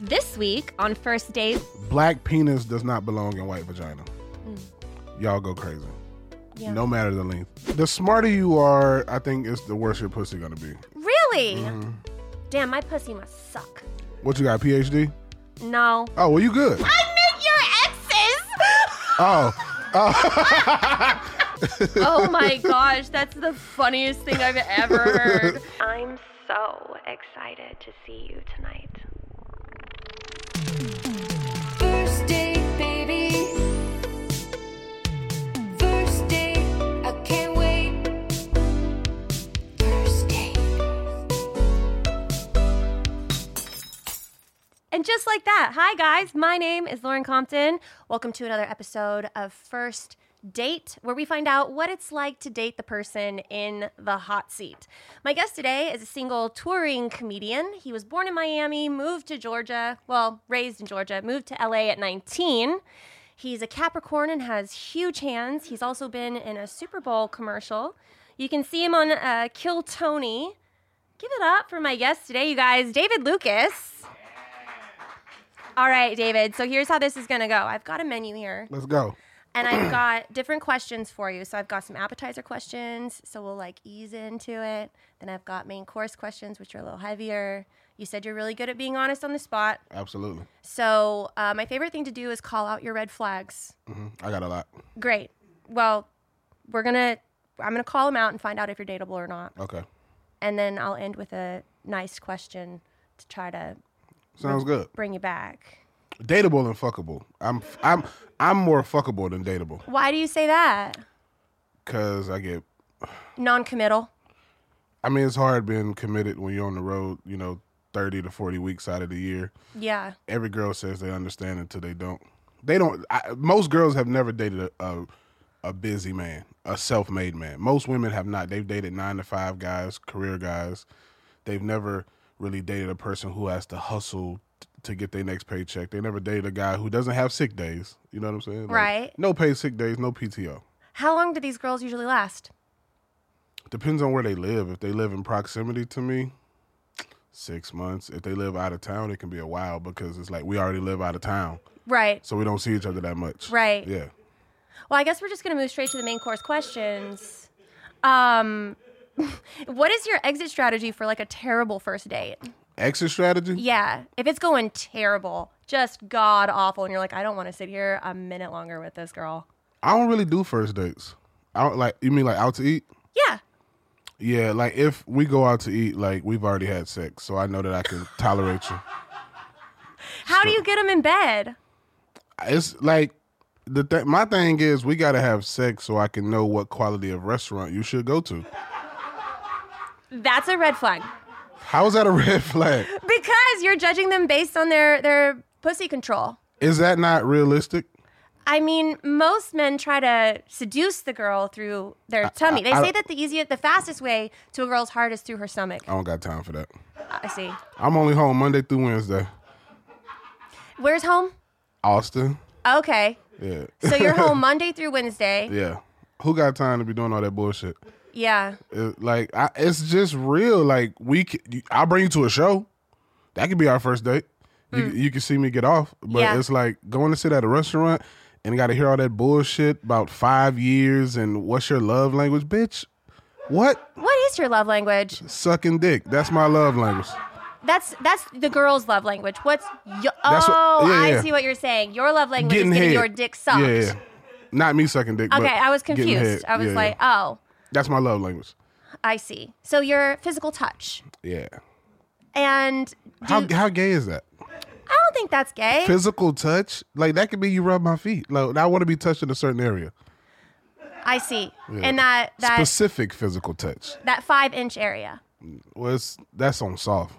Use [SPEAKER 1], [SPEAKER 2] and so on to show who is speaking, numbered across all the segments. [SPEAKER 1] This week on First Date,
[SPEAKER 2] Black penis does not belong in white vagina. Y'all go crazy.
[SPEAKER 1] Yeah.
[SPEAKER 2] No matter the length. The smarter you are, I think, is the worse your pussy gonna be.
[SPEAKER 1] really? Damn, my pussy must suck.
[SPEAKER 2] What you got, PhD?
[SPEAKER 1] No.
[SPEAKER 2] Oh, well, you good.
[SPEAKER 1] I meant your
[SPEAKER 2] Oh,
[SPEAKER 1] exes! oh my gosh, that's the funniest thing I've ever heard. I'm so excited to see you tonight.
[SPEAKER 3] First date, baby. First date, I can't wait. First date.
[SPEAKER 1] And just like that, hi guys, my name is Lauren Compton. Welcome to another episode of First Date, where we find out what it's like to date the person in the hot seat. My guest today is a single touring comedian. He was born in Miami, moved to Georgia, well, raised in Georgia, moved to LA at 19. He's a Capricorn and has huge hands. He's also been in a Super Bowl commercial. You can see him on uh, Kill Tony. Give it up for my guest today, you guys, David Lucas. All right, David. So here's how this is going to go. I've got a menu here,
[SPEAKER 2] let's go.
[SPEAKER 1] and I've got different questions for you. So I've got some appetizer questions, so we'll like ease into it. Then I've got main course questions, which are a little heavier. You said you're really good at being honest on the spot.
[SPEAKER 2] Absolutely.
[SPEAKER 1] So uh, my favorite thing to do is call out your red flags.
[SPEAKER 2] hmm I got a lot.
[SPEAKER 1] Great. Well, we're gonna. I'm gonna call them out and find out if you're dateable or not,
[SPEAKER 2] Okay.
[SPEAKER 1] and then I'll end with a nice question to try to
[SPEAKER 2] Sounds good.
[SPEAKER 1] bring you back.
[SPEAKER 2] Dateable and fuckable. I'm I'm I'm more fuckable than dateable
[SPEAKER 1] Why do you say that?
[SPEAKER 2] because I get.
[SPEAKER 1] Non-committal.
[SPEAKER 2] I mean, it's hard being committed when you're on the road. You know, thirty to forty weeks out of the year.
[SPEAKER 1] Yeah.
[SPEAKER 2] Every girl says they understand until they don't. They don't. I, most girls have never dated a, a a busy man, a self-made man. Most women have not. They've dated nine to five guys, career guys. They've never really dated a person who has to hustle t- to get their next paycheck. They never dated a guy who doesn't have sick days. You know what I'm saying? Like,
[SPEAKER 1] Right.
[SPEAKER 2] No paid sick days, no PTO.
[SPEAKER 1] How long do these girls usually last?
[SPEAKER 2] Depends on where they live. If they live in proximity to me, six months. If they live out of town, it can be a while because it's like we already live out of town,
[SPEAKER 1] Right.
[SPEAKER 2] so we don't see each other that much.
[SPEAKER 1] Right.
[SPEAKER 2] Yeah.
[SPEAKER 1] Well, I guess we're just going to move straight to the main course questions. Um, what is your exit strategy for like a terrible first date?
[SPEAKER 2] Exit strategy.
[SPEAKER 1] Yeah. If it's going terrible, just god awful, and you're like, I don't want to sit here a minute longer with this girl.
[SPEAKER 2] I don't really do first dates. I don't like. You mean like out to eat?
[SPEAKER 1] Yeah.
[SPEAKER 2] Yeah, like if we go out to eat, like we've already had sex, so I know that I can tolerate you.
[SPEAKER 1] How do you get them in bed?
[SPEAKER 2] It's like the th- my thing is we gotta have sex so I can know what quality of restaurant you should go to.
[SPEAKER 1] That's a red flag
[SPEAKER 2] How is that a red flag?
[SPEAKER 1] because you're judging them based on their their pussy control.
[SPEAKER 2] Is that not realistic?
[SPEAKER 1] I mean, most men try to seduce the girl through their tummy. They
[SPEAKER 2] I-
[SPEAKER 1] say that the easiest, the fastest way to a girl's heart is through her stomach.
[SPEAKER 2] I don't got time for that.
[SPEAKER 1] I see.
[SPEAKER 2] I'm only home Monday through Wednesday.
[SPEAKER 1] Where's home?
[SPEAKER 2] Austin.
[SPEAKER 1] Okay.
[SPEAKER 2] Yeah.
[SPEAKER 1] So you're home Monday through Wednesday.
[SPEAKER 2] yeah. Who got time to be doing all that bullshit?
[SPEAKER 1] Yeah.
[SPEAKER 2] It- uh, like I, it's just real. Like we, c- I'll bring you to a show. That could be our first date. You, you can see me get off, but
[SPEAKER 1] Hmm. Yeah.
[SPEAKER 2] it's like going to sit at a restaurant and got to hear all that bullshit about five years and what's your love language, bitch? What
[SPEAKER 1] What is your love language?
[SPEAKER 2] sucking dick? That's my love language.
[SPEAKER 1] That's that's the girl's love language. What's yo-
[SPEAKER 2] That's what-
[SPEAKER 1] oh,
[SPEAKER 2] yeah, yeah.
[SPEAKER 1] I see what you're saying. Your love language
[SPEAKER 2] Getting
[SPEAKER 1] is
[SPEAKER 2] head.
[SPEAKER 1] getting your dick sucked.
[SPEAKER 2] Yeah, yeah. Not me sucking dick. but
[SPEAKER 1] Okay, I was
[SPEAKER 2] getting
[SPEAKER 1] confused.
[SPEAKER 2] head.
[SPEAKER 1] I was
[SPEAKER 2] Yeah,
[SPEAKER 1] like,
[SPEAKER 2] yeah.
[SPEAKER 1] oh,
[SPEAKER 2] that's my love language.
[SPEAKER 1] I see. So your physical touch
[SPEAKER 2] Yeah.
[SPEAKER 1] and do,
[SPEAKER 2] How how gay is that?
[SPEAKER 1] I don't think that's gay.
[SPEAKER 2] Physical touch, like that could be you rub my feet. Like I want to be touched in a certain area.
[SPEAKER 1] I see. And that that
[SPEAKER 2] specific physical touch.
[SPEAKER 1] that five inch area.
[SPEAKER 2] Well, it's, that's on soft.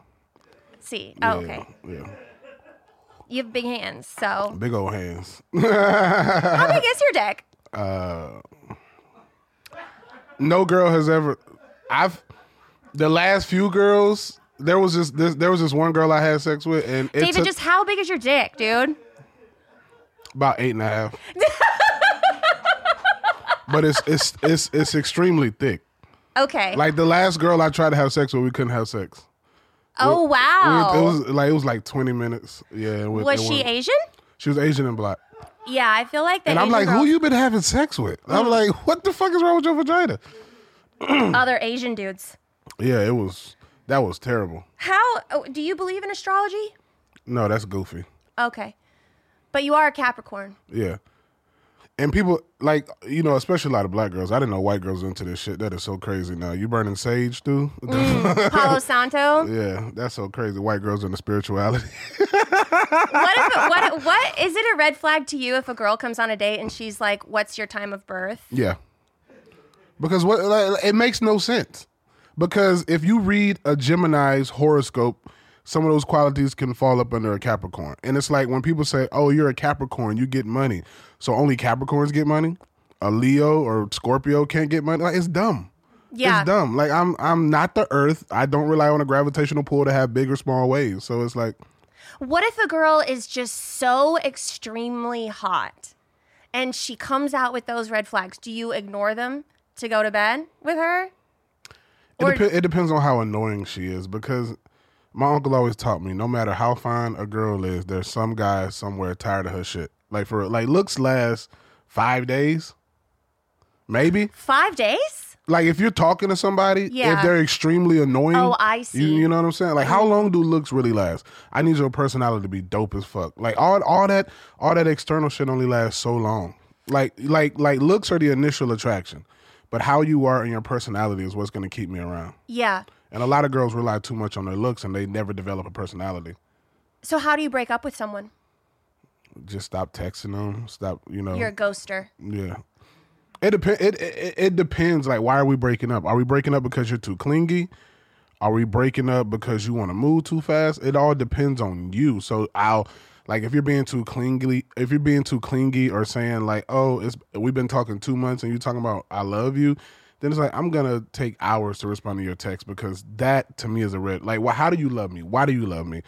[SPEAKER 1] See.
[SPEAKER 2] Yeah,
[SPEAKER 1] Oh, okay.
[SPEAKER 2] Yeah.
[SPEAKER 1] You have big hands, so
[SPEAKER 2] Big old hands.
[SPEAKER 1] how big is your dick?
[SPEAKER 2] no girl has ever. I've the last few girls. There was just this. There was this one girl I had sex with, and it
[SPEAKER 1] David,
[SPEAKER 2] took
[SPEAKER 1] just how big is your dick, dude?
[SPEAKER 2] about eight and a half. but it's it's it's it's extremely thick.
[SPEAKER 1] Okay.
[SPEAKER 2] Like the last girl I tried to have sex with, we couldn't have sex.
[SPEAKER 1] Oh wow.
[SPEAKER 2] It was like it was like twenty minutes. Yeah. With,
[SPEAKER 1] was
[SPEAKER 2] it
[SPEAKER 1] she
[SPEAKER 2] wasn't-
[SPEAKER 1] Asian?
[SPEAKER 2] She was Asian and black.
[SPEAKER 1] Yeah, I feel like that.
[SPEAKER 2] And I'm
[SPEAKER 1] Asian Mm.
[SPEAKER 2] like, who
[SPEAKER 1] girls-
[SPEAKER 2] you been having sex with? I'm like, what the fuck is wrong with your vagina?
[SPEAKER 1] other Asian dudes.
[SPEAKER 2] Yeah, it was. That was terrible.
[SPEAKER 1] How oh, do you believe in astrology?
[SPEAKER 2] No, that's goofy.
[SPEAKER 1] Okay, but you are a Capricorn.
[SPEAKER 2] Yeah. And people like you know, especially a lot of black girls. I didn't know white girls into this shit. That is so crazy. Now you burning sage too.
[SPEAKER 1] Palo Santo.
[SPEAKER 2] yeah, that's so crazy. White girls into spirituality.
[SPEAKER 1] What if it, what what is it a red flag to you if a girl comes on a date and she's like, "What's your time of birth?"
[SPEAKER 2] yeah, because what like, it makes no sense. Because if you read a Gemini's horoscope, some of those qualities can fall up under a Capricorn. And it's like when people say, "Oh, you're a Capricorn, you get money," so only Capricorns get money. A Leo or Scorpio can't get money. Like it's dumb.
[SPEAKER 1] Yeah.
[SPEAKER 2] It's dumb. Like I'm I'm not the earth. I don't rely on a gravitational pull to have big or small waves. So it's like
[SPEAKER 1] What if a girl is just so extremely hot, and she comes out with those red flags? Do you ignore them to go to bed with her?
[SPEAKER 2] it,
[SPEAKER 1] Or-
[SPEAKER 2] depe- it depends on how annoying she is because my uncle always taught me no matter how fine a girl is, there's some guy somewhere tired of her shit. Like for like looks last 5 days. Maybe.
[SPEAKER 1] Five days?
[SPEAKER 2] Like if you're talking to somebody,
[SPEAKER 1] Yeah.
[SPEAKER 2] if they're extremely annoying,
[SPEAKER 1] Oh, I
[SPEAKER 2] You,
[SPEAKER 1] see. Mm-hmm.
[SPEAKER 2] you know what I'm saying? Like how long do looks really last? I need your personality to be dope as fuck. Like all all that all that external shit only lasts so long. Like like like looks are the initial attraction, but how you are and your personality is what's going to keep me around.
[SPEAKER 1] Yeah.
[SPEAKER 2] And a lot of girls rely too much on their looks and they never develop a personality.
[SPEAKER 1] So how do you break up with someone?
[SPEAKER 2] Just stop texting them. Stop, you know.
[SPEAKER 1] You're a ghoster.
[SPEAKER 2] Yeah. It depends. It, it it depends. Like, why are we breaking up? Are we breaking up because you're too clingy? Are we breaking up because you want to move too fast? It all depends on you. So I'll like if you're being too clingy, if you're being too clingy or saying like, oh, it's we've been talking two months and you talking about I love you, then it's like I'm gonna take hours to respond to your text because that to me is a red. Like, well, how do you love me? Why do you love me?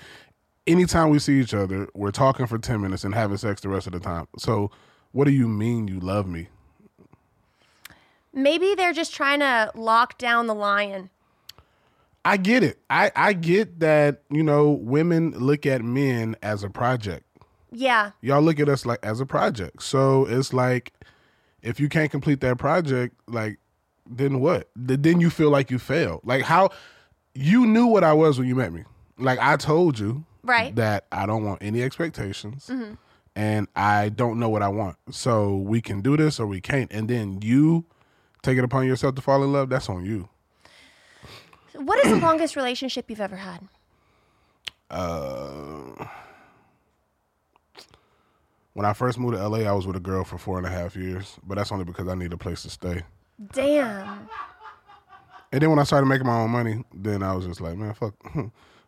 [SPEAKER 2] anytime we see each other, we're talking for 10 minutes and having sex the rest of the time. So, what do you mean you love me?
[SPEAKER 1] Maybe they're just trying to lock down the lion.
[SPEAKER 2] I get it. I, I get that, you know, women look at men as a project.
[SPEAKER 1] Yeah.
[SPEAKER 2] Y'all look at us like as a project. So, it's like if you can't complete that project, like then what? Th- Then you feel like you failed. Like how you knew what I was when you met me. Like I told you
[SPEAKER 1] Right.
[SPEAKER 2] that I don't want any expectations. And I don't know what I want. So we can do this or we can't. And then you take it upon yourself to fall in love. That's on you.
[SPEAKER 1] What is the longest relationship you've ever had?
[SPEAKER 2] When I first moved to LA, I was with a girl for four and a half years, but that's only because I need a place to stay.
[SPEAKER 1] Damn.
[SPEAKER 2] And then when I started making my own money, then I was just like, man, fuck.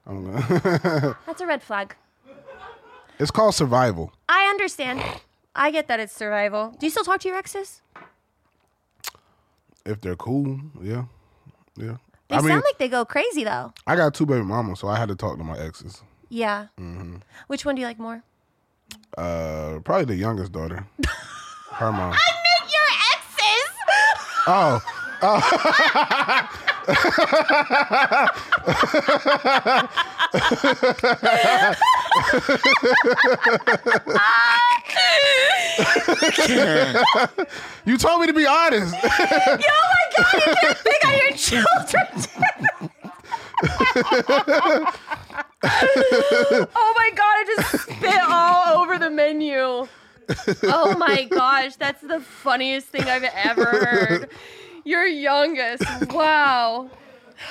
[SPEAKER 2] I'm gonna.
[SPEAKER 1] That's a red flag.
[SPEAKER 2] it's called survival.
[SPEAKER 1] I understand. I get that it's survival. Do you still talk to your exes?
[SPEAKER 2] If they're cool, yeah, yeah.
[SPEAKER 1] They
[SPEAKER 2] I
[SPEAKER 1] sound
[SPEAKER 2] mean,
[SPEAKER 1] like they go crazy though.
[SPEAKER 2] I got two baby mamas, so I had to talk to my exes.
[SPEAKER 1] Yeah.
[SPEAKER 2] Mm-hmm.
[SPEAKER 1] Which one do you like more?
[SPEAKER 2] Uh, probably the youngest daughter, her mom.
[SPEAKER 1] Your exes.
[SPEAKER 2] Oh, you told me to be honest.
[SPEAKER 1] Pick on your children. oh my god! I just spit all over the menu. Oh my gosh, that's the funniest thing I've ever heard. Your youngest. Wow.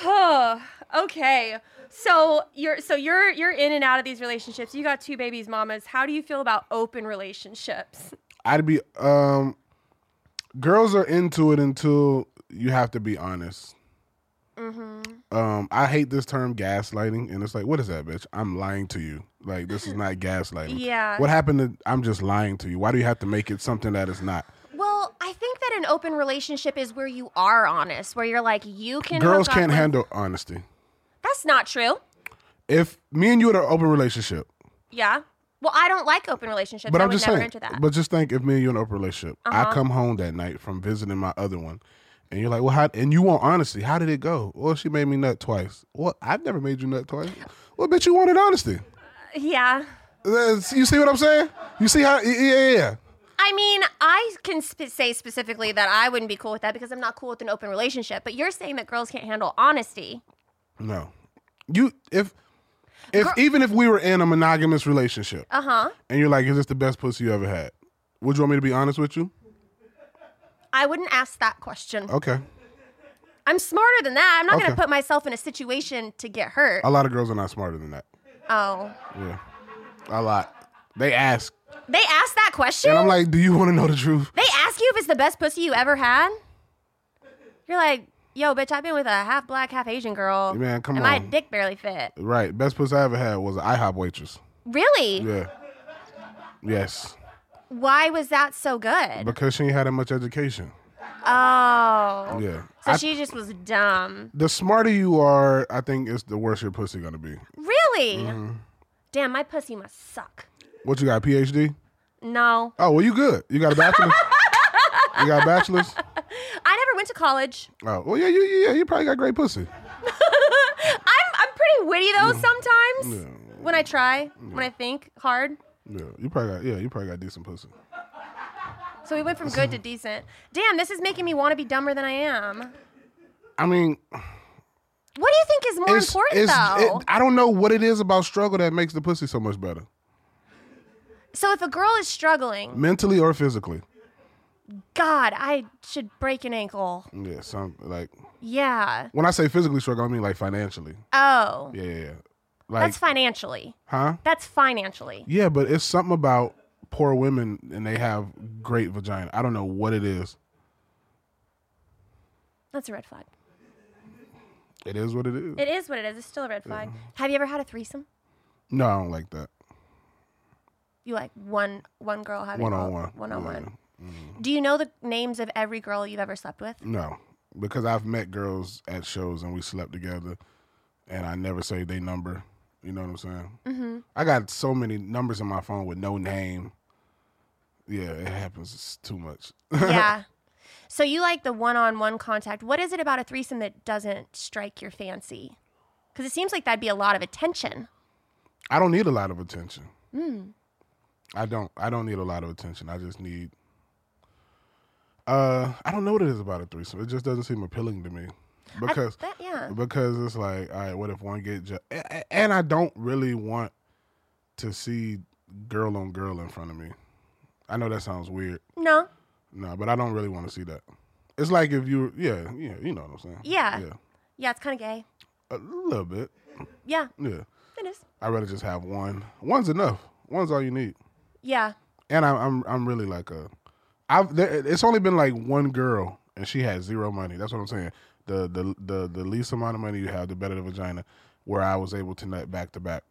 [SPEAKER 1] Huh. okay. So you're so you're you're in and out of these relationships. You got two babies, mamas. How do you feel about open relationships?
[SPEAKER 2] I'd be um, girls are into it until you have to be honest. Um, I hate this term gaslighting, and it's like, what is that, bitch? I'm lying to you. Like this is not gaslighting.
[SPEAKER 1] Yeah.
[SPEAKER 2] What happened to I'm just lying to you? Why do you have to make it something that it's not?
[SPEAKER 1] Well, I think that an open relationship is where you are honest, where you're like you can.
[SPEAKER 2] Girls
[SPEAKER 1] hook up
[SPEAKER 2] can't
[SPEAKER 1] with-
[SPEAKER 2] handle honesty.
[SPEAKER 1] That's not true.
[SPEAKER 2] If me and you had an open relationship,
[SPEAKER 1] Yeah. Well, I don't like open relationships.
[SPEAKER 2] but
[SPEAKER 1] I
[SPEAKER 2] I'm
[SPEAKER 1] would
[SPEAKER 2] just
[SPEAKER 1] never
[SPEAKER 2] saying.
[SPEAKER 1] enter that. Uh-huh.
[SPEAKER 2] But just think, if me and you in an open relationship, I come home that night from visiting my other one, And you're like, well, how? And you want honesty. How did it go? Well, she made me nut twice. Well, I've never made you nut twice. Well, bitch, you wanted honesty.
[SPEAKER 1] Yeah.
[SPEAKER 2] That's- You see what I'm saying? You see how? Yeah, yeah, yeah.
[SPEAKER 1] I mean, I can sp- say specifically that I wouldn't be cool with that because I'm not cool with an open relationship. But you're saying that girls can't handle honesty.
[SPEAKER 2] No, you if if even if we were in a monogamous relationship,
[SPEAKER 1] Uh huh.
[SPEAKER 2] and you're like, is this the best pussy you ever had? Would you want me to be honest with you?
[SPEAKER 1] I wouldn't ask that question.
[SPEAKER 2] Okay.
[SPEAKER 1] I'm smarter than that. I'm not going
[SPEAKER 2] Oh. Okay. Oh.
[SPEAKER 1] to put myself in a situation to get hurt.
[SPEAKER 2] A lot of girls are not smarter than that.
[SPEAKER 1] oh.
[SPEAKER 2] Yeah. A lot. They ask.
[SPEAKER 1] They ask that question?
[SPEAKER 2] And I'm like, do you want to know the truth?
[SPEAKER 1] they ask you if it's the best pussy you ever had? You're like, yo, bitch, I've been with a half black, half Asian girl.
[SPEAKER 2] Man, come
[SPEAKER 1] and my
[SPEAKER 2] on.
[SPEAKER 1] dick barely fit.
[SPEAKER 2] Right. Best pussy I ever had was an IHOP waitress.
[SPEAKER 1] Really?
[SPEAKER 2] Yeah. Yes.
[SPEAKER 1] Why was that so good?
[SPEAKER 2] Because she ain't had that much education.
[SPEAKER 1] oh.
[SPEAKER 2] Yeah.
[SPEAKER 1] So
[SPEAKER 2] I-
[SPEAKER 1] she just was dumb.
[SPEAKER 2] the smarter you are, I think is the worse your pussy gonna be.
[SPEAKER 1] Really?
[SPEAKER 2] Mm-hmm.
[SPEAKER 1] Damn, my pussy must suck.
[SPEAKER 2] What you got? PhD?
[SPEAKER 1] No.
[SPEAKER 2] Oh, well, you good. You got a bachelor's. you got a bachelor's.
[SPEAKER 1] I never went to college.
[SPEAKER 2] Oh, well, yeah, you, yeah, you probably got great pussy.
[SPEAKER 1] I'm, I'm pretty witty though sometimes. When I try, when I think hard.
[SPEAKER 2] Yeah, you probably got yeah, you probably got decent pussy.
[SPEAKER 1] So we went from good to decent. Damn, this is making me want to be dumber than I am.
[SPEAKER 2] I mean,
[SPEAKER 1] What do you think is more
[SPEAKER 2] it's,
[SPEAKER 1] important
[SPEAKER 2] it's
[SPEAKER 1] though?
[SPEAKER 2] it- I don't know what it is about struggle that makes the pussy so much better,
[SPEAKER 1] so if a girl is struggling,
[SPEAKER 2] mentally or physically.
[SPEAKER 1] God, I should break an ankle.
[SPEAKER 2] Yeah, some like
[SPEAKER 1] Yeah.
[SPEAKER 2] when I say physically struggle, I mean like financially.
[SPEAKER 1] Oh.
[SPEAKER 2] Yeah, yeah, yeah. Like,
[SPEAKER 1] That's financially.
[SPEAKER 2] huh?
[SPEAKER 1] That's financially.
[SPEAKER 2] Yeah, but it's something about poor women and they have great vagina. I don't know what it is.
[SPEAKER 1] That's a red flag.
[SPEAKER 2] It is what it is.
[SPEAKER 1] It is what it is. It's still a red flag. Have you ever had a threesome?
[SPEAKER 2] no, I don't like that.
[SPEAKER 1] You like one one girl having
[SPEAKER 2] One on
[SPEAKER 1] all-
[SPEAKER 2] one.
[SPEAKER 1] One on one.
[SPEAKER 2] Mm.
[SPEAKER 1] Do you know the names of every girl you've ever slept with?
[SPEAKER 2] No, because I've met girls at shows and we slept together, and I never say they number. You know what I'm saying? Mm-hmm. I got so many numbers in my phone with no name. Yeah, it happens It's too much.
[SPEAKER 1] yeah. So you like the one-on-one contact. What is it about a threesome that doesn't strike your fancy? Because it seems like that'd be a lot of attention.
[SPEAKER 2] I don't need a lot of attention.
[SPEAKER 1] Hmm.
[SPEAKER 2] I don't. I don't need a lot of attention. I just need. Uh, I don't know what it is about a threesome. It just doesn't seem appealing to me
[SPEAKER 1] I-
[SPEAKER 2] because
[SPEAKER 1] that, yeah.
[SPEAKER 2] because it's like, all right, what if one get ju- a- a- and I don't really want to see girl on girl in front of me. I know that sounds weird,
[SPEAKER 1] No.
[SPEAKER 2] no, but I don't really want to see that. It's like if you, yeah, yeah, you know what I'm saying.
[SPEAKER 1] Yeah.
[SPEAKER 2] yeah,
[SPEAKER 1] Yeah, it's kind of gay.
[SPEAKER 2] a little bit,
[SPEAKER 1] Yeah,
[SPEAKER 2] yeah.
[SPEAKER 1] it is.
[SPEAKER 2] I'd rather just have one. One's enough. One's all you need.
[SPEAKER 1] Yeah.
[SPEAKER 2] And I, I'm, I'm really like a, I've. There, it's only been like one girl, and she had zero money. That's what I'm saying. The, the, the, the least amount of money you have, the better the vagina. Where I was able to nut back to back.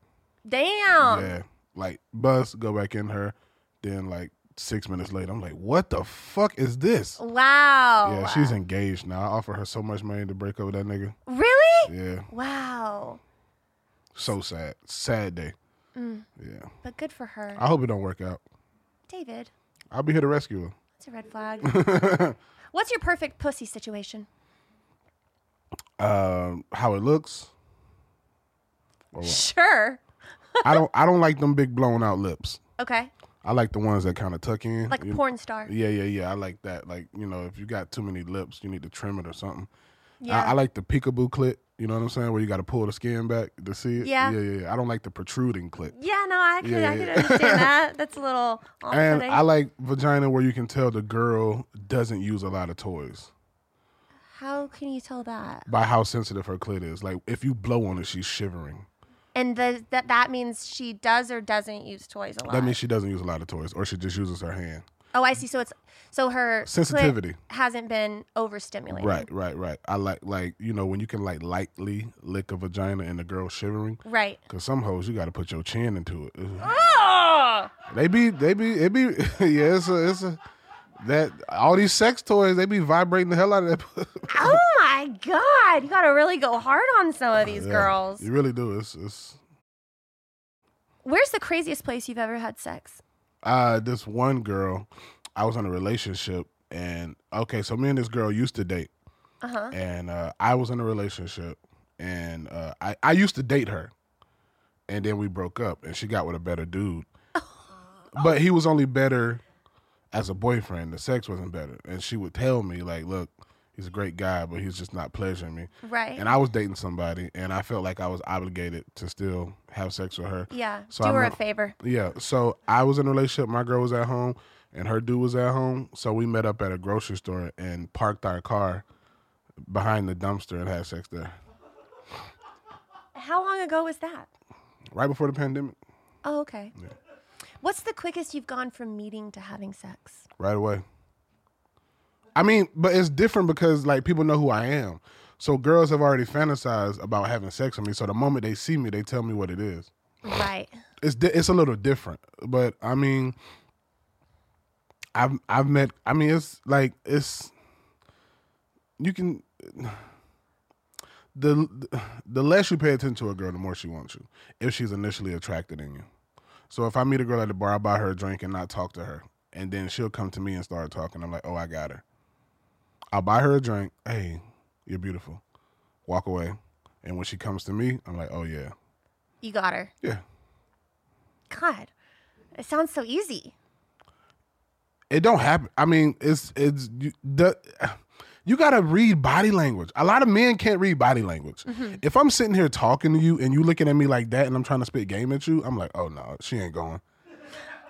[SPEAKER 1] Damn.
[SPEAKER 2] Yeah. Like bust, go back in her. Then like six minutes later, I'm like, what the fuck is this?
[SPEAKER 1] Oh, Wow.
[SPEAKER 2] Yeah, she's engaged now. I offer her so much money to break up with that nigga.
[SPEAKER 1] Really?
[SPEAKER 2] Yeah.
[SPEAKER 1] Wow.
[SPEAKER 2] So sad. Sad day. Yeah.
[SPEAKER 1] But good for her.
[SPEAKER 2] I hope it don't work out.
[SPEAKER 1] David,
[SPEAKER 2] I'll be here to rescue her.
[SPEAKER 1] that's a red flag. What's your perfect pussy situation?
[SPEAKER 2] Um, how it looks.
[SPEAKER 1] Sure.
[SPEAKER 2] I don't I don't like them big blown out lips.
[SPEAKER 1] Okay.
[SPEAKER 2] I like the ones that kind of tuck in.
[SPEAKER 1] Like a
[SPEAKER 2] You-
[SPEAKER 1] porn star.
[SPEAKER 2] Yeah, yeah, yeah. I like that. Like, you know, if you got too many lips, you need to trim it or something.
[SPEAKER 1] Yeah.
[SPEAKER 2] I, I like the peekaboo clit. You know what I'm saying? Where you got to pull the skin back to see it.
[SPEAKER 1] Yeah.
[SPEAKER 2] Yeah, yeah, yeah. I don't like the protruding clit.
[SPEAKER 1] Yeah, no, I can,
[SPEAKER 2] Yeah,
[SPEAKER 1] I can
[SPEAKER 2] yeah.
[SPEAKER 1] understand that. That's a little
[SPEAKER 2] And
[SPEAKER 1] off-putting.
[SPEAKER 2] I like vagina where you can tell the girl doesn't use a lot of toys
[SPEAKER 1] How can you tell that?
[SPEAKER 2] by how sensitive her clit is. Like if you blow on it, she's shivering.
[SPEAKER 1] And the, that that means she does or doesn't use toys a lot.
[SPEAKER 2] That means she doesn't use a lot of toys, or she just uses her hand.
[SPEAKER 1] oh, I see. So it's so her clit
[SPEAKER 2] Sensitivity.
[SPEAKER 1] hasn't been overstimulated.
[SPEAKER 2] Right, right, right. I like like you know when you can like lightly lick a vagina and the girl shivering.
[SPEAKER 1] Right.
[SPEAKER 2] Cause some hoes you got to put your chin into it. Ugh.
[SPEAKER 1] Oh,
[SPEAKER 2] They be, they be, it be, yeah, it's a, it's a, that, all these sex toys, they be vibrating the hell out of that. pussy.
[SPEAKER 1] oh my God! You gotta really go hard on some of these
[SPEAKER 2] Yeah,
[SPEAKER 1] girls.
[SPEAKER 2] You really do. It's, it's,
[SPEAKER 1] Where's the craziest place you've ever had sex?
[SPEAKER 2] uh, this one girl, I was in a relationship and, okay, so me and this girl used to date
[SPEAKER 1] Uh-huh.
[SPEAKER 2] and uh, I was in a relationship, and uh, I I used to date her, and then we broke up, and she got with a better dude, but he was only better as a boyfriend. The sex wasn't better, and she would tell me like, "Look, he's a great guy, but he's just not pleasuring me."
[SPEAKER 1] Right.
[SPEAKER 2] And I was dating somebody, and I felt like I was obligated to still have sex with her.
[SPEAKER 1] yeah.
[SPEAKER 2] So
[SPEAKER 1] Do
[SPEAKER 2] I'm
[SPEAKER 1] her a
[SPEAKER 2] not-
[SPEAKER 1] favor.
[SPEAKER 2] Yeah. So I was in a relationship. My girl was at home, and her dude was at home. So we met up at a grocery store and parked our car behind the dumpster and had sex there.
[SPEAKER 1] How long ago was that?
[SPEAKER 2] Right before the pandemic,
[SPEAKER 1] Oh, okay. What's the quickest you've gone from meeting to having sex?
[SPEAKER 2] right away. I mean, but it's different because like people know who I am. So girls have already fantasized about having sex with me. So the moment they see me, they tell me what it is.
[SPEAKER 1] Right.
[SPEAKER 2] it's di- it's a little different, but I mean, I've I've met. I mean, it's like it's you can the the less you pay attention to a girl, the more she wants you if she's initially attracted in you. So if I meet a girl at the bar, I buy her a drink and not talk to her, and then she'll come to me and start talking. I'm like, oh, I got her. I'll buy her a drink. Hey, you're beautiful. Walk away. And when she comes to me, I'm like, oh yeah,
[SPEAKER 1] You got her.
[SPEAKER 2] yeah.
[SPEAKER 1] God, it sounds so easy.
[SPEAKER 2] it don't happen. I mean, it's it's you, the you gotta read body language. A lot of men can't read body language.
[SPEAKER 1] Mm-hmm.
[SPEAKER 2] If I'm sitting here talking to you and you looking at me like that, and I'm trying to spit game at you, I'm like, oh no, she ain't going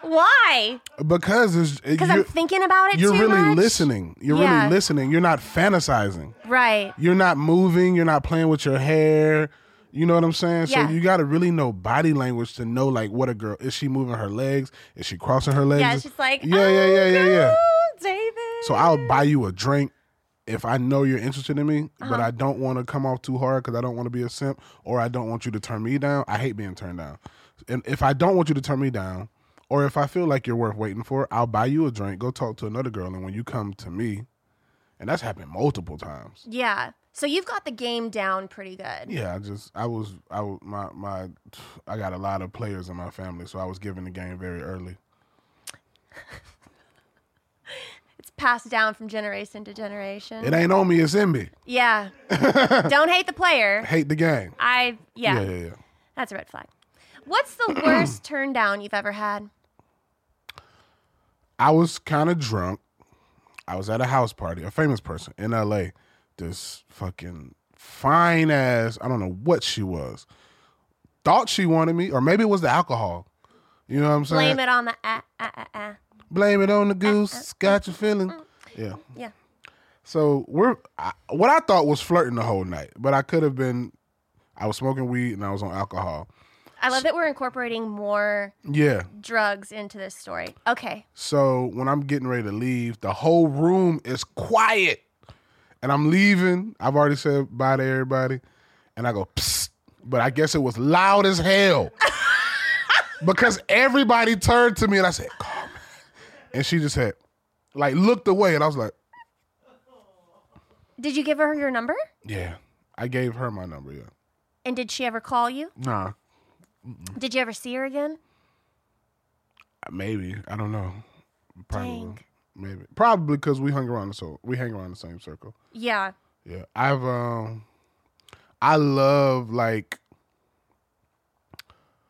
[SPEAKER 1] Why?
[SPEAKER 2] because it's
[SPEAKER 1] Because
[SPEAKER 2] you're,
[SPEAKER 1] I'm thinking about it
[SPEAKER 2] you're
[SPEAKER 1] too
[SPEAKER 2] really
[SPEAKER 1] much?
[SPEAKER 2] listening. You're
[SPEAKER 1] Yeah.
[SPEAKER 2] really listening. You're not fantasizing.
[SPEAKER 1] Right.
[SPEAKER 2] You're not moving. You're not playing with your hair. You know what I'm saying?
[SPEAKER 1] Yeah.
[SPEAKER 2] So you gotta really know body language to know like what a girl is. She moving her legs? Is she crossing her legs?
[SPEAKER 1] Yeah, she's like,
[SPEAKER 2] yeah, yeah, yeah, yeah, yeah.
[SPEAKER 1] "Oh, David.
[SPEAKER 2] So I'll buy you a drink if I know you're interested in me, but I don't want to come off too hard because I don't want to be a simp or I don't want you to turn me down. I hate being turned down. And if I don't want you to turn me down, or if I feel like you're worth waiting for, I'll buy you a drink, go talk to another girl, and when you come to me, and that's happened multiple times.
[SPEAKER 1] yeah. So you've got the game down pretty good.
[SPEAKER 2] Yeah, I just I was I was- my my I got a lot of players in my family, so I was given the game very early.
[SPEAKER 1] It's passed down from generation to generation.
[SPEAKER 2] It ain't on me, it's in me.
[SPEAKER 1] yeah. Don't hate the player.
[SPEAKER 2] Hate the game.
[SPEAKER 1] I yeah,
[SPEAKER 2] yeah, yeah. yeah.
[SPEAKER 1] That's a red flag. What's the worst turn down you've ever had?
[SPEAKER 2] I was kind of drunk. I was at a house party, a famous person in LA. This fucking fine ass, I don't know what she was. Thought she wanted me, or maybe it was the alcohol. You know what I'm saying?
[SPEAKER 1] Blame it Uh, on the ah ah ah ah.
[SPEAKER 2] Blame it on the goose. Got you feeling. Yeah.
[SPEAKER 1] uh, Yeah.
[SPEAKER 2] So we're I, what I thought was flirting the whole night, but I could have been. I was smoking weed and I was on alcohol.
[SPEAKER 1] I love that we're incorporating more
[SPEAKER 2] Yeah.
[SPEAKER 1] drugs into this story. Okay.
[SPEAKER 2] So when I'm getting ready to leave, the whole room is quiet. And I'm leaving. I've already said bye to everybody. And I go, Psst. but I guess it was loud as hell. because everybody turned to me and I said, Call me. And she just had like looked away. And I was like,
[SPEAKER 1] Did you give her your number?
[SPEAKER 2] Yeah. I gave her my number, yeah.
[SPEAKER 1] And did she ever call you?
[SPEAKER 2] Nah.
[SPEAKER 1] Did you ever see her again?
[SPEAKER 2] Maybe. I don't know. Probably.
[SPEAKER 1] Dang.
[SPEAKER 2] Maybe. Probably because we hung around the so we hang around the same circle.
[SPEAKER 1] Yeah.
[SPEAKER 2] Yeah, I've um, I love like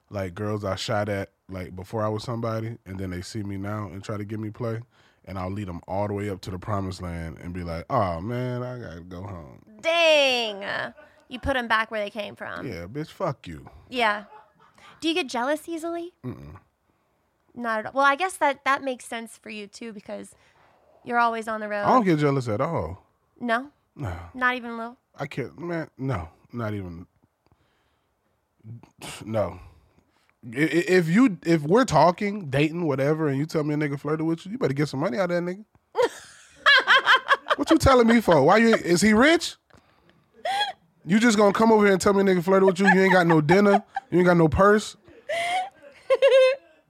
[SPEAKER 2] like girls I shot at like before I was somebody, and then they see me now and try to give me play, and I'll lead them all the way up to the promised land and be like, "Oh man, I gotta go home."
[SPEAKER 1] Dang. You put them back where they came from.
[SPEAKER 2] Yeah, bitch, fuck you.
[SPEAKER 1] Yeah. Do you get jealous easily? Mm-mm. Not at all. Well, I guess that that makes sense for you too because you're always on the road.
[SPEAKER 2] I don't get jealous at all.
[SPEAKER 1] no,
[SPEAKER 2] Oh. No,
[SPEAKER 1] not even a little.
[SPEAKER 2] I can't, man. No, not even. No. I- i- If you if we're talking dating whatever and you tell me a nigga flirted with you, you better get some money out of that nigga. what you telling me for? Why you is he rich? You just gonna come over here and tell me a nigga flirted with you? You ain't got no dinner. You ain't got no purse.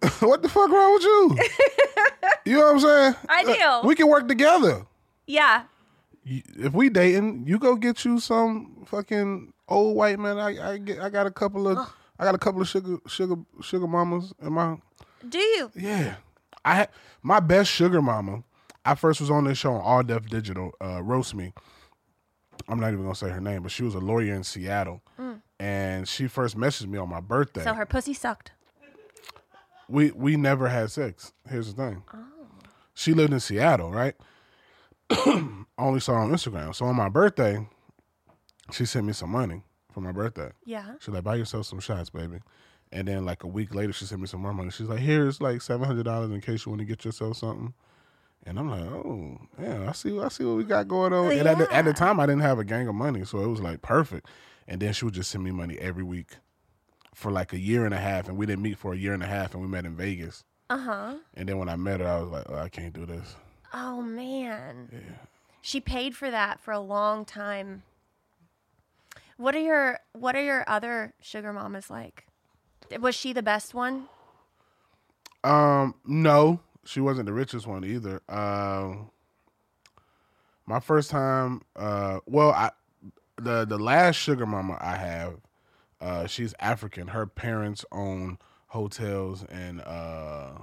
[SPEAKER 2] what the fuck wrong with you? You know what I'm saying?
[SPEAKER 1] I do.
[SPEAKER 2] Uh, We can work together
[SPEAKER 1] Yeah.
[SPEAKER 2] you- if we dating, you go get you some fucking old white man. I I, get, I got a couple of I got a couple of sugar sugar sugar mamas in my
[SPEAKER 1] Do you?
[SPEAKER 2] yeah. I had my best sugar mama. I first was on this show on All Deaf Digital. Uh, roast me. I'm not even gonna say her name, but she was a lawyer in Seattle, and she first messaged me on my birthday.
[SPEAKER 1] Mm. So her pussy sucked.
[SPEAKER 2] we we never had sex. Here's the thing. She lived in Seattle, right? Only saw her on Instagram. So on my birthday, she sent me some money for my birthday.
[SPEAKER 1] Yeah.
[SPEAKER 2] She's like, buy yourself some shots, baby. And then like a week later, she sent me some more money. She's like, here's like seven hundred dollars in case you want to get yourself something. And I'm like, oh, yeah, I see, I see what we got going on. And at, the, at the time, I didn't have a gang of money, so it was like perfect. And then she would just send me money every week for like a year and a half, and we didn't meet for a year and a half, and we met in Vegas.
[SPEAKER 1] Uh huh.
[SPEAKER 2] And then when I met her, I was like, oh, I can't do this.
[SPEAKER 1] Oh man. She paid for that for a long time. What are your What are your other sugar mamas like? Was she the best one?
[SPEAKER 2] Um, no, she wasn't the richest one either. Um, my first time, uh, well, I the the last sugar mama I have, uh, she's African. Her parents own hotels in uh,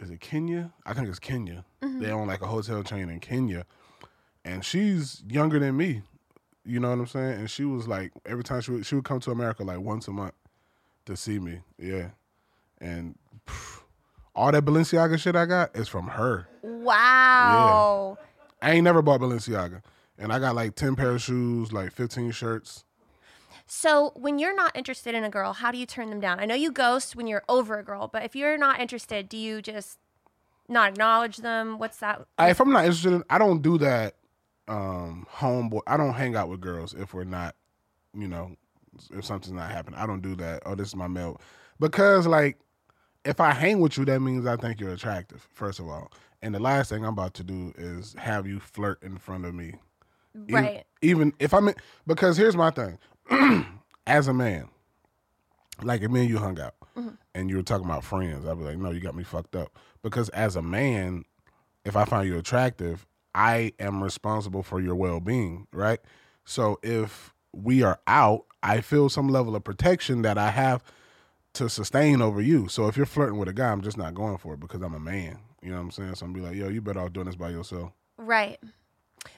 [SPEAKER 2] is it Kenya? I think it's Kenya. They own like a hotel chain in Kenya, and she's younger than me. You know what I'm saying? And she was like, every time she would, she would come to America like once a month to see me. Yeah. And phew, all that Balenciaga shit I got is from her.
[SPEAKER 1] Wow.
[SPEAKER 2] I ain't never bought Balenciaga. And I got like 10 pair of shoes, like 15 shirts.
[SPEAKER 1] So when you're not interested in a girl, how do you turn them down? I know you ghost when you're over a girl, but if you're not interested, do you just not acknowledge them? What's that?
[SPEAKER 2] I, if I'm not interested, in, I don't do that um homeboy. I don't hang out with girls if we're not, you know, if something's not happening. I don't do that. Oh, this is my male. Because like if I hang with you, that means I think you're attractive, first of all. And the last thing I'm about to do is have you flirt in front of me. Even-
[SPEAKER 1] Right.
[SPEAKER 2] Even if I'm in, because here's my thing. As a man, like if me and you hung out and you were talking about friends, I'd be like, no, you got me fucked up. Because as a man, if I find you attractive, I am responsible for your well being, right? So if we are out, I feel some level of protection that I have to sustain over you. So if you're flirting with a guy, I'm just not going for it because I'm a man. You know what I'm saying? So I'm be like, yo, you better off doing this by yourself.
[SPEAKER 1] Right.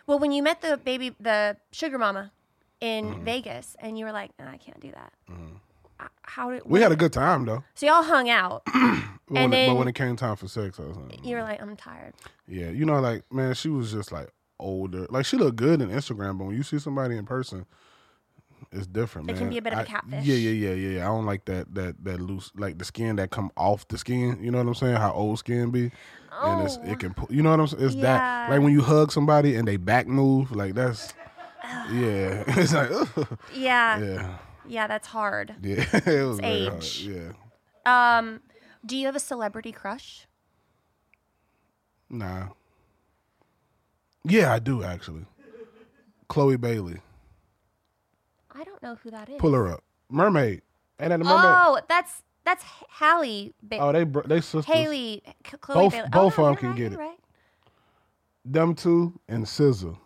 [SPEAKER 1] Well, when you met the baby, the sugar mama in
[SPEAKER 2] Mm-hmm.
[SPEAKER 1] Vegas, and you were like, "Nah, I can't do that. Uh, How did
[SPEAKER 2] We had a good time though.
[SPEAKER 1] So y'all hung out.
[SPEAKER 2] But when, it,
[SPEAKER 1] then-
[SPEAKER 2] but when it came time for sex, I was like,
[SPEAKER 1] you were like, I'm tired.
[SPEAKER 2] yeah, you know, like man, she was just like older. Like she looked good in Instagram, but when you see somebody in person, it's different.
[SPEAKER 1] It
[SPEAKER 2] man.
[SPEAKER 1] can be a bit of a
[SPEAKER 2] I-
[SPEAKER 1] catfish.
[SPEAKER 2] Yeah, yeah, yeah, yeah, yeah. I don't like that that that loose like the skin that come off the skin. You know what I'm saying? How old skin be, and it's,
[SPEAKER 1] Oh.
[SPEAKER 2] it can pull. You know what I'm saying? It's that
[SPEAKER 1] Yeah.
[SPEAKER 2] like when you hug somebody and they back move like that's. Yeah, it's like ugh.
[SPEAKER 1] Yeah, yeah,
[SPEAKER 2] yeah,
[SPEAKER 1] that's hard.
[SPEAKER 2] yeah. it was very hard.
[SPEAKER 1] age.
[SPEAKER 2] Yeah,
[SPEAKER 1] Um, do you have a celebrity crush?
[SPEAKER 2] nah. Yeah, I do actually. Chloe Bailey.
[SPEAKER 1] I don't know who that is.
[SPEAKER 2] Pull her up. Mermaid. And at the mermaid. Oh,
[SPEAKER 1] oh, that's that's H- Hallie, ba-
[SPEAKER 2] they br- they sisters.
[SPEAKER 1] Haley, C- Chloe
[SPEAKER 2] Both-
[SPEAKER 1] Bailey.
[SPEAKER 2] both
[SPEAKER 1] oh, no,
[SPEAKER 2] of
[SPEAKER 1] you're
[SPEAKER 2] 'em can
[SPEAKER 1] right,
[SPEAKER 2] get
[SPEAKER 1] you're
[SPEAKER 2] it.
[SPEAKER 1] Right.
[SPEAKER 2] Them two and SZA.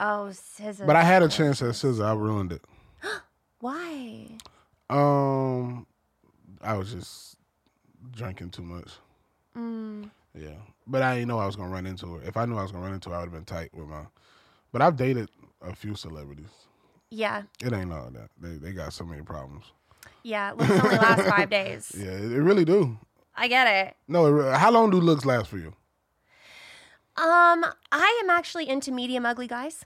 [SPEAKER 1] Oh, scissors.
[SPEAKER 2] But I had a chance at SZA. I ruined it.
[SPEAKER 1] Why?
[SPEAKER 2] Um, I was just drinking too much.
[SPEAKER 1] Mm,
[SPEAKER 2] Yeah, but I didn't know I was gonna run into her. If I knew I was gonna run into her, I would have been tight with my. But I've dated a few celebrities.
[SPEAKER 1] yeah,
[SPEAKER 2] It ain't all that. They they got so many problems.
[SPEAKER 1] yeah. Looks only last five days.
[SPEAKER 2] Yeah, it, it really do.
[SPEAKER 1] I get it.
[SPEAKER 2] No, it, re- how long do looks last for you?
[SPEAKER 1] Um, I am actually into medium ugly guys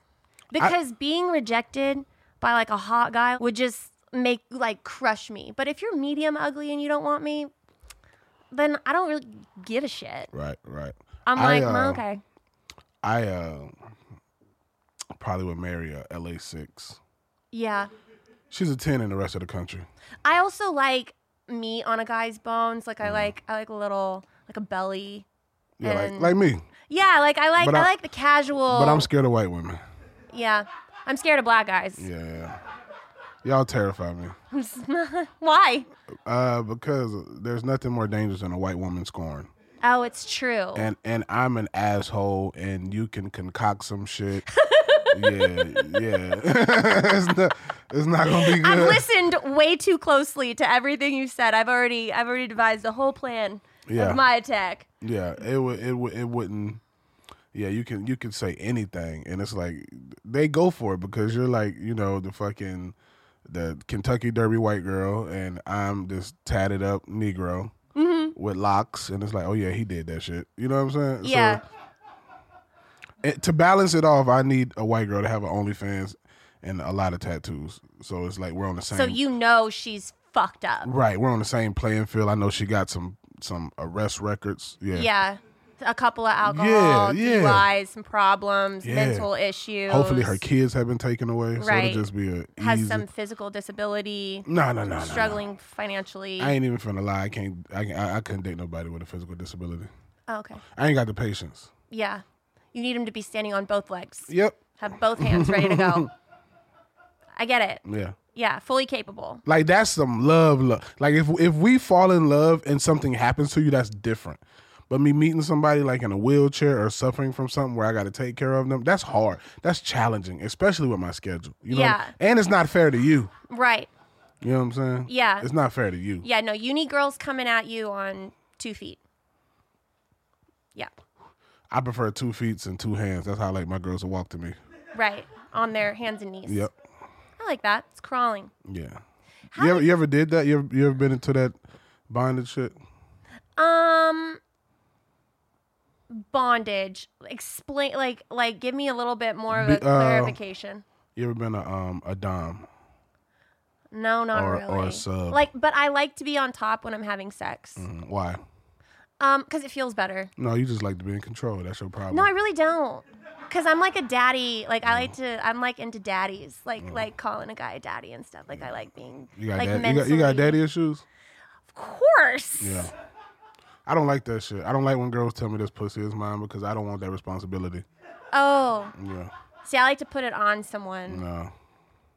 [SPEAKER 1] because being rejected by like a hot guy would just make like crush me. But if you're medium ugly and you don't want me, then I don't really give a shit.
[SPEAKER 2] Right, right.
[SPEAKER 1] I'm
[SPEAKER 2] I,
[SPEAKER 1] like, well,
[SPEAKER 2] uh,
[SPEAKER 1] okay,
[SPEAKER 2] I uh probably would marry a LA six.
[SPEAKER 1] yeah.
[SPEAKER 2] She's a ten in the rest of the country.
[SPEAKER 1] I also like meat on a guy's bones.
[SPEAKER 2] Mm.
[SPEAKER 1] Like I like I like a little like a belly.
[SPEAKER 2] Yeah, like,
[SPEAKER 1] And- Oh.
[SPEAKER 2] like me.
[SPEAKER 1] Yeah, like I like
[SPEAKER 2] But
[SPEAKER 1] I,
[SPEAKER 2] I-
[SPEAKER 1] like the casual.
[SPEAKER 2] But I'm scared of white women.
[SPEAKER 1] yeah. I'm scared of black guys.
[SPEAKER 2] Yeah. Y'all terrify me.
[SPEAKER 1] Why?
[SPEAKER 2] Uh, because there's nothing more dangerous than a white woman scorn.
[SPEAKER 1] Oh, it's true.
[SPEAKER 2] And and I'm an asshole and you can concoct some shit. yeah, yeah. it's, not, it's not gonna be good.
[SPEAKER 1] I've listened way too closely to everything you said. I've already I've already devised a whole plan
[SPEAKER 2] Yeah.
[SPEAKER 1] of my attack.
[SPEAKER 2] Yeah, it would it would it wouldn't Yeah, you can you can say anything, and it's like they go for it because you're like you know the fucking the Kentucky Derby white girl, and I'm this tatted up Negro
[SPEAKER 1] Mm-hmm.
[SPEAKER 2] with locks, and it's like oh yeah, he did that shit. You know what I'm saying?
[SPEAKER 1] Yeah.
[SPEAKER 2] So, it, to balance it off, I need a white girl to have an OnlyFans and a lot of tattoos. So it's like we're on the same.
[SPEAKER 1] So you know she's fucked up.
[SPEAKER 2] right? We're on the same playing field. I know she got some some arrest records. Yeah.
[SPEAKER 1] Yeah. A couple of alcohol,
[SPEAKER 2] yeah.
[SPEAKER 1] DUIs, some problems,
[SPEAKER 2] Yeah.
[SPEAKER 1] mental issues.
[SPEAKER 2] Hopefully her kids have been taken away, so
[SPEAKER 1] Right.
[SPEAKER 2] it'll just be a
[SPEAKER 1] has
[SPEAKER 2] easy-
[SPEAKER 1] some physical disability,
[SPEAKER 2] no no no no, no
[SPEAKER 1] struggling financially.
[SPEAKER 2] I ain't even finna lie. I can't. I, I I couldn't date nobody with a physical disability.
[SPEAKER 1] oh, okay.
[SPEAKER 2] I ain't got the patience.
[SPEAKER 1] Yeah. You need him to be standing on both legs,
[SPEAKER 2] Yep.
[SPEAKER 1] have both hands ready to go. I get it.
[SPEAKER 2] Yeah.
[SPEAKER 1] Yeah, fully capable.
[SPEAKER 2] Like that's some love. Love. Like if if we fall in love and something happens to you, that's different. But me meeting somebody like in a wheelchair or suffering from something where I got to take care of them, that's hard. That's challenging, especially with my schedule. You know.
[SPEAKER 1] Yeah.
[SPEAKER 2] And it's not fair to you.
[SPEAKER 1] Right.
[SPEAKER 2] You know what I'm saying?
[SPEAKER 1] Yeah.
[SPEAKER 2] It's not fair to you.
[SPEAKER 1] Yeah, no, you need girls coming at you on two feet. Yeah.
[SPEAKER 2] I prefer two feet and two hands. That's how I like my girls to walk to me.
[SPEAKER 1] Right. On their hands and knees.
[SPEAKER 2] Yep.
[SPEAKER 1] I like that. It's crawling.
[SPEAKER 2] Yeah. You ever, you ever did that? You ever, you ever been into that bondage shit?
[SPEAKER 1] Um bondage. Explain like like give me a little bit more of a
[SPEAKER 2] Be- uh,
[SPEAKER 1] clarification.
[SPEAKER 2] You ever been a um a dom?
[SPEAKER 1] No, not
[SPEAKER 2] or-
[SPEAKER 1] really.
[SPEAKER 2] or a sub.
[SPEAKER 1] Like but I like to be on top when I'm having sex.
[SPEAKER 2] Mm, Why?
[SPEAKER 1] Um cuz it feels better.
[SPEAKER 2] No, you just like to be in control. That's your problem.
[SPEAKER 1] No, I really don't. Cause I'm like a daddy. Like I like to. I'm like into daddies. Like like calling a guy a daddy and stuff. Like I like being
[SPEAKER 2] Mm. you got
[SPEAKER 1] like
[SPEAKER 2] dad- you got you got
[SPEAKER 1] mentally-
[SPEAKER 2] daddy issues.
[SPEAKER 1] Of course.
[SPEAKER 2] Yeah. I don't like that shit. I don't like when girls tell me this pussy is mine because I don't want that responsibility.
[SPEAKER 1] Oh,
[SPEAKER 2] Yeah.
[SPEAKER 1] see, I like to put it on someone
[SPEAKER 2] No.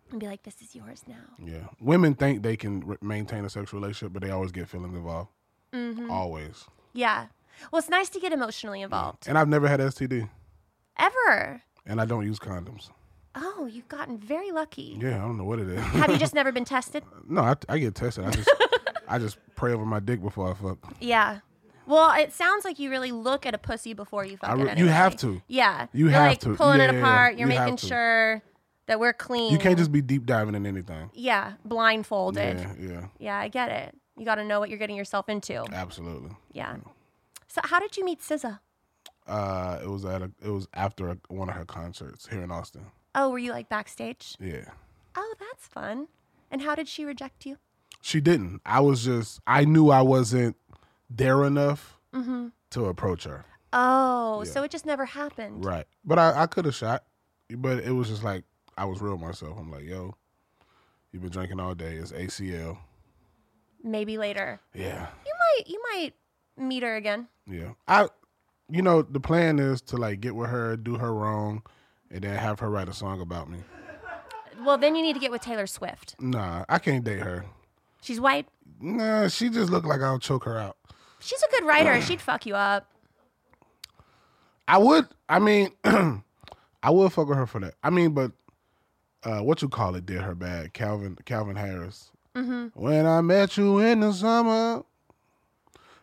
[SPEAKER 1] and be like, "This is yours now."
[SPEAKER 2] Yeah. Women think they can re- maintain a sexual relationship, but they always get feelings involved.
[SPEAKER 1] Mm-hmm.
[SPEAKER 2] Always.
[SPEAKER 1] Yeah. Well, it's nice to get emotionally involved.
[SPEAKER 2] And I've never had STD,
[SPEAKER 1] Ever.
[SPEAKER 2] and I don't use condoms.
[SPEAKER 1] Oh, you've gotten very lucky.
[SPEAKER 2] Yeah, I don't know what it is.
[SPEAKER 1] Have you just never been tested?
[SPEAKER 2] No, I, I get tested. I just I just pray over my dick before I fuck.
[SPEAKER 1] Yeah. Well, it sounds like you really look at a pussy before you fuck
[SPEAKER 2] I
[SPEAKER 1] it.
[SPEAKER 2] re- you
[SPEAKER 1] anyway.
[SPEAKER 2] have to.
[SPEAKER 1] Yeah.
[SPEAKER 2] You
[SPEAKER 1] You're
[SPEAKER 2] have
[SPEAKER 1] like
[SPEAKER 2] to.
[SPEAKER 1] pulling it
[SPEAKER 2] Yeah,
[SPEAKER 1] apart. You're
[SPEAKER 2] you have
[SPEAKER 1] making
[SPEAKER 2] to.
[SPEAKER 1] sure that we're clean.
[SPEAKER 2] You can't just be deep diving in anything.
[SPEAKER 1] Yeah, blindfolded.
[SPEAKER 2] Yeah, yeah,
[SPEAKER 1] Yeah, I get it. You got to know what you're getting yourself into.
[SPEAKER 2] absolutely.
[SPEAKER 1] Yeah. So, how did you meet SZA?
[SPEAKER 2] Uh, it was at a, it was after a, one of her concerts here in Austin.
[SPEAKER 1] Oh, were you like backstage?
[SPEAKER 2] Yeah,
[SPEAKER 1] Oh, that's fun. And how did she reject you?
[SPEAKER 2] she didn't. I was just I knew I wasn't there enough to approach her.
[SPEAKER 1] Mm-hmm. Oh, so it just never happened.
[SPEAKER 2] Right, but I, I could have shot, but it was just like I was real myself. I'm like, yo, you've been drinking all day. It's ACL.
[SPEAKER 1] Maybe later.
[SPEAKER 2] Yeah,
[SPEAKER 1] You might you might meet her again.
[SPEAKER 2] Yeah. I you know, the plan is to like get with her, do her wrong, and then have her write a song about me.
[SPEAKER 1] Well, then you need to get with Taylor Swift.
[SPEAKER 2] Nah, I can't date her.
[SPEAKER 1] She's white.
[SPEAKER 2] Nah, she just looked like I'll choke her out.
[SPEAKER 1] She's a good writer. She'd fuck you up.
[SPEAKER 2] I would I mean I would fuck with her for that. I mean, but uh what you call it did her bad. Calvin Calvin Harris.
[SPEAKER 1] Mm-hmm.
[SPEAKER 2] When I met you in the summer.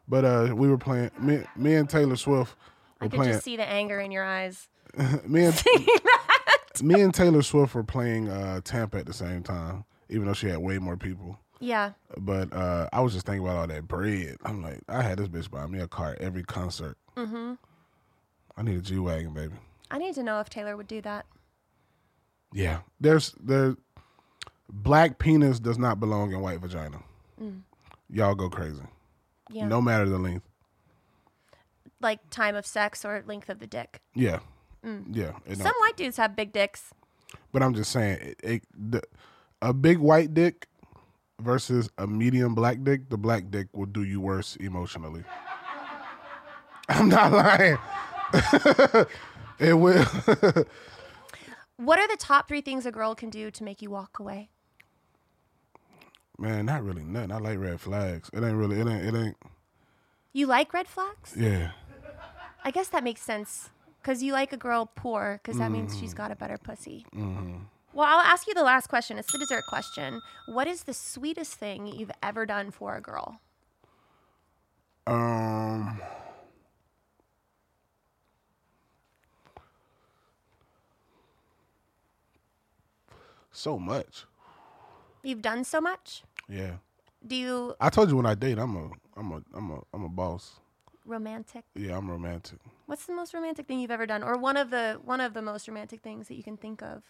[SPEAKER 2] But uh we were playing me, me and Taylor Swift were
[SPEAKER 1] I could
[SPEAKER 2] playing
[SPEAKER 1] just see the anger in your eyes.
[SPEAKER 2] me and me and Taylor Swift were playing uh, Tampa at the same time, even though she had way more people.
[SPEAKER 1] Yeah.
[SPEAKER 2] But uh, I was just thinking about all that bread. I'm like, I had this bitch buy me a car every concert. Mm-hmm. I need a G wagon, baby.
[SPEAKER 1] I need to know if Taylor would do that.
[SPEAKER 2] Yeah, there's there. Black penis does not belong in white vagina. Y'all go crazy,
[SPEAKER 1] Yeah.
[SPEAKER 2] no matter the length.
[SPEAKER 1] Like time of sex or length of the dick.
[SPEAKER 2] Yeah, yeah. it don't-
[SPEAKER 1] Some white dudes have big dicks.
[SPEAKER 2] But I'm just saying, it, it, the, a big white dick versus a medium black dick, the black dick will do you worse emotionally. I'm not lying. it will.
[SPEAKER 1] What are the top three things a girl can do to make you walk away?
[SPEAKER 2] Man, not really nothing. I like red flags. It ain't really. It ain't. It ain't.
[SPEAKER 1] You like red flags?
[SPEAKER 2] Yeah.
[SPEAKER 1] I guess that makes sense. Because you like a girl poor, because that means
[SPEAKER 2] Mm.
[SPEAKER 1] she's got a better pussy.
[SPEAKER 2] Mm-hmm.
[SPEAKER 1] Well, I'll ask you the last question. It's the dessert question. What is the sweetest thing you've ever done for a girl?
[SPEAKER 2] Um. So much.
[SPEAKER 1] You've done so much.
[SPEAKER 2] Yeah.
[SPEAKER 1] Do you
[SPEAKER 2] I told you when I date, I'm a, I'm a, I'm a, I'm a boss.
[SPEAKER 1] romantic?
[SPEAKER 2] Yeah, I'm romantic.
[SPEAKER 1] What's the most romantic thing you've ever done, or one of the one of the most romantic things that you can think of?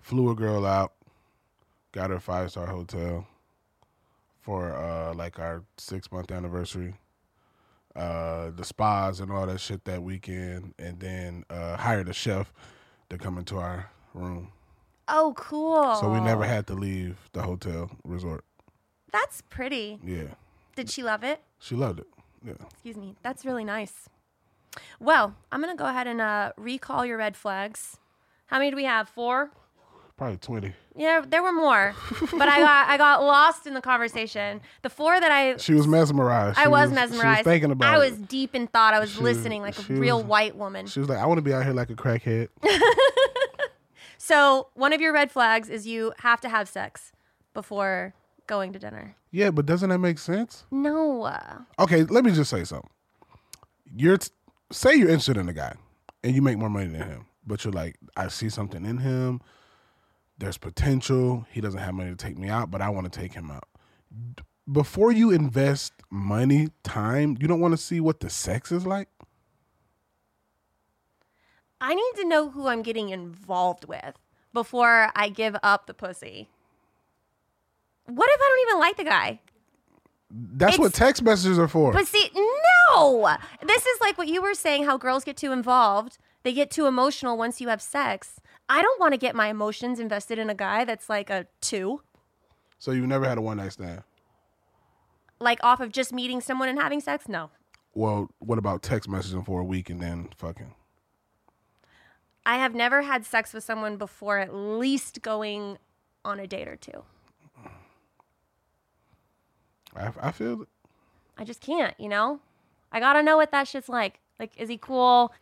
[SPEAKER 2] Flew a girl out, got her a five star hotel for uh like our six month anniversary. Uh, the spas and all that shit that weekend, and then uh, hired a chef to come into our room,
[SPEAKER 1] Oh, cool.
[SPEAKER 2] so we never had to leave the hotel resort.
[SPEAKER 1] That's pretty.
[SPEAKER 2] Yeah,
[SPEAKER 1] Did she love it?
[SPEAKER 2] she loved it. Yeah,
[SPEAKER 1] Excuse me. That's really nice. Well, I'm gonna go ahead and uh, recall your red flags. How many do we have? Four.
[SPEAKER 2] probably twenty.
[SPEAKER 1] Yeah, there were more, but I got I got lost in the conversation. The four that I
[SPEAKER 2] She was mesmerized.
[SPEAKER 1] I
[SPEAKER 2] She
[SPEAKER 1] was
[SPEAKER 2] she
[SPEAKER 1] mesmerized.
[SPEAKER 2] thinking about.
[SPEAKER 1] I
[SPEAKER 2] it.
[SPEAKER 1] was deep in thought. I was
[SPEAKER 2] She was-
[SPEAKER 1] listening like a
[SPEAKER 2] she
[SPEAKER 1] real
[SPEAKER 2] was-
[SPEAKER 1] white woman.
[SPEAKER 2] She was like, I want to be out here like a crackhead.
[SPEAKER 1] So one of your red flags is you have to have sex before going to dinner.
[SPEAKER 2] yeah, but doesn't that make sense?
[SPEAKER 1] No.
[SPEAKER 2] Okay, let me just say something. You're t- say you're interested in a guy and you make more money than him, but you're like, I see something in him. There's potential. He doesn't have money to take me out, but I want to take him out. D- Before you invest money, time, you don't want to see what the sex is like.
[SPEAKER 1] I need to know who I'm getting involved with before I give up the pussy. What if I don't even like the guy?
[SPEAKER 2] That's what
[SPEAKER 1] It's-
[SPEAKER 2] text messages are for.
[SPEAKER 1] But see, no. This is like what you were saying how girls get too involved. They get too emotional once you have sex. I don't want to get my emotions invested in a guy that's like a 2,
[SPEAKER 2] so you never had a one night stand.
[SPEAKER 1] like off of just meeting someone and having sex. No.
[SPEAKER 2] Well, what about text messaging for a week and then fucking?
[SPEAKER 1] I have never had sex with someone before at least going on a date or two.
[SPEAKER 2] I, I feel it.
[SPEAKER 1] I just can't, you know? I gotta know what that shit's like. Like, is he cool?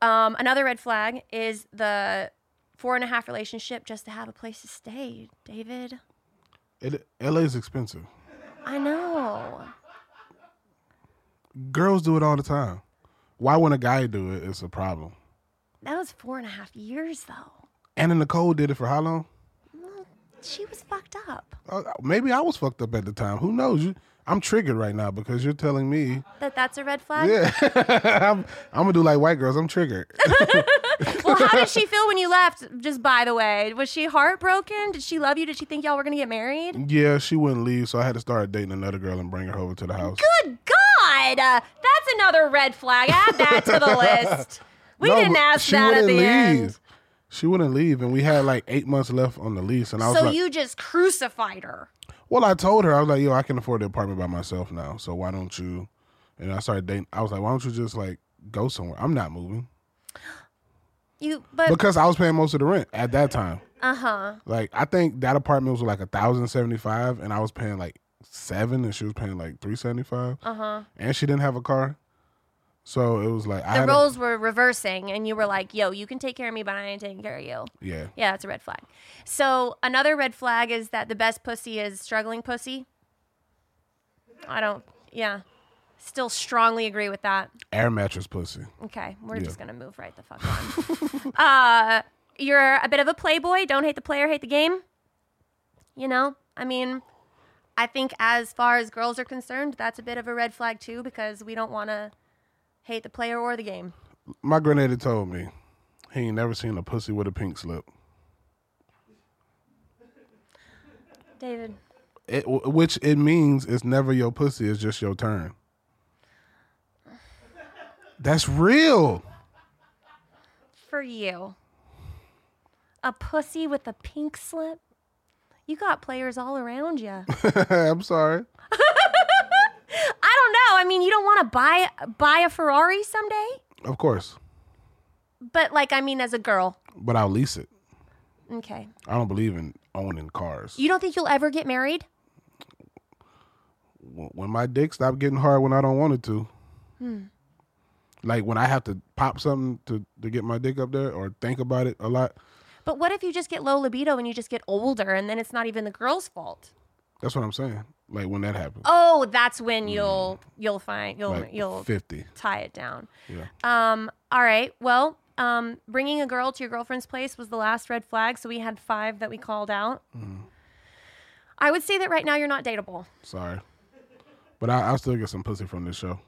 [SPEAKER 1] Um, another red flag is the four and a half relationship just to have a place to stay, David.
[SPEAKER 2] It, LA is expensive.
[SPEAKER 1] I know.
[SPEAKER 2] Girls do it all the time. Why when a guy do it, it's a problem.
[SPEAKER 1] That was four and a half years though.
[SPEAKER 2] Anna Nicole did it for how long?
[SPEAKER 1] She was fucked up.
[SPEAKER 2] Uh, maybe I was fucked up at the time. Who knows? You, I'm triggered right now because you're telling me.
[SPEAKER 1] That that's a red flag.
[SPEAKER 2] Yeah, I'm, I'm gonna do like white girls. I'm triggered.
[SPEAKER 1] Well, how did she feel when you left? Just by the way, was she heartbroken? Did she love you? Did she think y'all were gonna get married?
[SPEAKER 2] yeah, she wouldn't leave, so I had to start dating another girl and bring her over to the house.
[SPEAKER 1] Good God, uh, that's another red flag. Add that to the list. We
[SPEAKER 2] No,
[SPEAKER 1] didn't
[SPEAKER 2] but
[SPEAKER 1] ask that at the end.
[SPEAKER 2] She wouldn't leave, and we had like eight months left on the lease, and I was
[SPEAKER 1] So
[SPEAKER 2] like,
[SPEAKER 1] you just crucified her.
[SPEAKER 2] Well, I told her I was like, "Yo, I can afford the apartment by myself now, so why don't you?" And I started dating. I was like, "Why don't you just like go somewhere? I'm not moving
[SPEAKER 1] You, but
[SPEAKER 2] because I was paying most of the rent at that time.
[SPEAKER 1] uh huh.
[SPEAKER 2] Like, I think that apartment was like a thousand seventy five, and I was paying like seven, and she was paying like three seventy five,
[SPEAKER 1] Uh huh.
[SPEAKER 2] and she didn't have a car, so it was like I
[SPEAKER 1] The
[SPEAKER 2] had a-
[SPEAKER 1] roles were reversing, and you were like, "Yo, you can take care of me, but I ain't taking care of you."
[SPEAKER 2] yeah,
[SPEAKER 1] Yeah, that's a red flag. So another red flag is that the best pussy is struggling pussy. I don't. Yeah, still strongly agree with that.
[SPEAKER 2] air mattress pussy.
[SPEAKER 1] Okay, we're
[SPEAKER 2] Yeah.
[SPEAKER 1] just gonna move right the fuck on. uh, you're a bit of a playboy. Don't hate the player, hate the game. You know, I mean, I think as far as girls are concerned, that's a bit of a red flag too because we don't want to hate the player or the game.
[SPEAKER 2] My granddaddy told me he ain't never seen a pussy with a pink slip.
[SPEAKER 1] David,
[SPEAKER 2] It, which it means it's never your pussy, it's just your turn. That's real.
[SPEAKER 1] for you, a pussy with a pink slip. You got players all around you.
[SPEAKER 2] I'm sorry.
[SPEAKER 1] I don't know. I mean, you don't want to buy buy a Ferrari someday,
[SPEAKER 2] Of course.
[SPEAKER 1] but like, I mean, as a girl,
[SPEAKER 2] But I'll lease it.
[SPEAKER 1] okay.
[SPEAKER 2] I don't believe in owning cars.
[SPEAKER 1] You don't think you'll ever get married?
[SPEAKER 2] Wh- When my dick stopped getting hard when I don't want it to. Like when I have to pop something to, to get my dick up there or think about it a lot.
[SPEAKER 1] But what if you just get low libido and you just get older and then it's not even the girl's fault?
[SPEAKER 2] That's what I'm saying. Like when that happens.
[SPEAKER 1] Oh, that's
[SPEAKER 2] Mm.
[SPEAKER 1] when you'll you'll find you'll
[SPEAKER 2] like
[SPEAKER 1] you'll
[SPEAKER 2] 50.
[SPEAKER 1] tie it down.
[SPEAKER 2] Yeah.
[SPEAKER 1] Um all right. Well, um, bringing a girl to your girlfriend's place was the last red flag. So we had five that we called out.
[SPEAKER 2] Mm.
[SPEAKER 1] I would say that right now you're not dateable.
[SPEAKER 2] Sorry. But I, I'll still get some pussy from this show.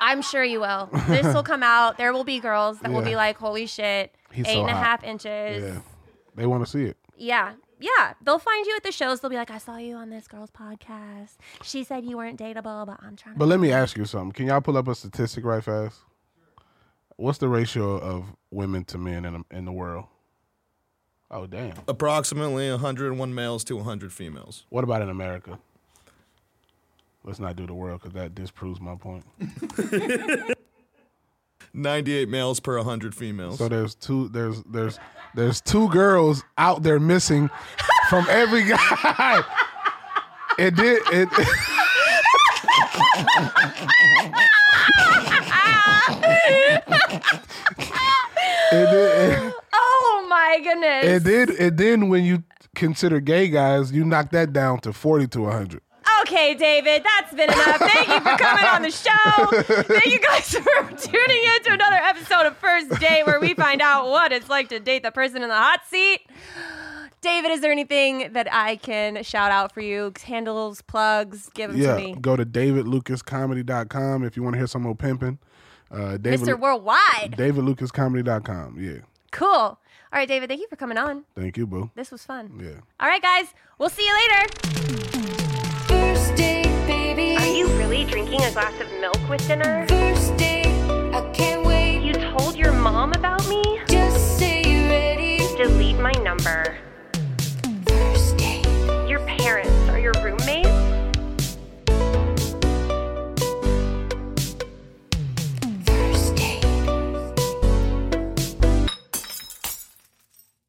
[SPEAKER 1] I'm sure you will. This will come out. There will be girls that will be
[SPEAKER 2] Yeah.
[SPEAKER 1] like, holy shit,
[SPEAKER 2] He's
[SPEAKER 1] eight
[SPEAKER 2] so
[SPEAKER 1] and a
[SPEAKER 2] hot."
[SPEAKER 1] half
[SPEAKER 2] Yeah.
[SPEAKER 1] inches.
[SPEAKER 2] They want to see it.
[SPEAKER 1] Yeah. yeah. They'll find you at the shows. They'll be like, I saw you on this girl's podcast. She said you weren't dateable, but I'm trying to.
[SPEAKER 2] But let me ask you something. Can y'all pull up a statistic right fast? What's the ratio of women to men in, in the world? Oh, damn.
[SPEAKER 4] Approximately 101 males to 100 females.
[SPEAKER 2] What about in America? Let's not do the world because that disproves my point.
[SPEAKER 4] 98 males per 100 females.
[SPEAKER 2] So there's two there's there's there's two girls out there missing from every guy. It did it.
[SPEAKER 1] Ah!"
[SPEAKER 2] It did, it,
[SPEAKER 1] oh my goodness.
[SPEAKER 2] it did. It then when you consider gay guys, you knock that down to forty to hundred.
[SPEAKER 1] Okay, David, that's been enough. Thank you for coming on the show. Thank you guys for tuning in to another episode of First Date where we find out what it's like to date the person in the hot seat. David, is there anything that I can shout out for you? Handles, plugs, give them
[SPEAKER 2] Yeah,
[SPEAKER 1] to me.
[SPEAKER 2] go to davidlucascomedy.com if you want to hear some more pimping. Uh, David,
[SPEAKER 1] Mr. Worldwide.
[SPEAKER 2] davidlucascomedy.com. Yeah,
[SPEAKER 1] Cool. All right, David, thank you for coming on.
[SPEAKER 2] thank you, boo.
[SPEAKER 1] This was fun.
[SPEAKER 2] Yeah.
[SPEAKER 1] All right, guys, we'll see you later.
[SPEAKER 3] First date, baby.
[SPEAKER 5] Are you really drinking a glass of milk with dinner?
[SPEAKER 3] First date, I can't wait.
[SPEAKER 5] You told your mom about me?
[SPEAKER 3] Just say you're ready.
[SPEAKER 5] Delete my number.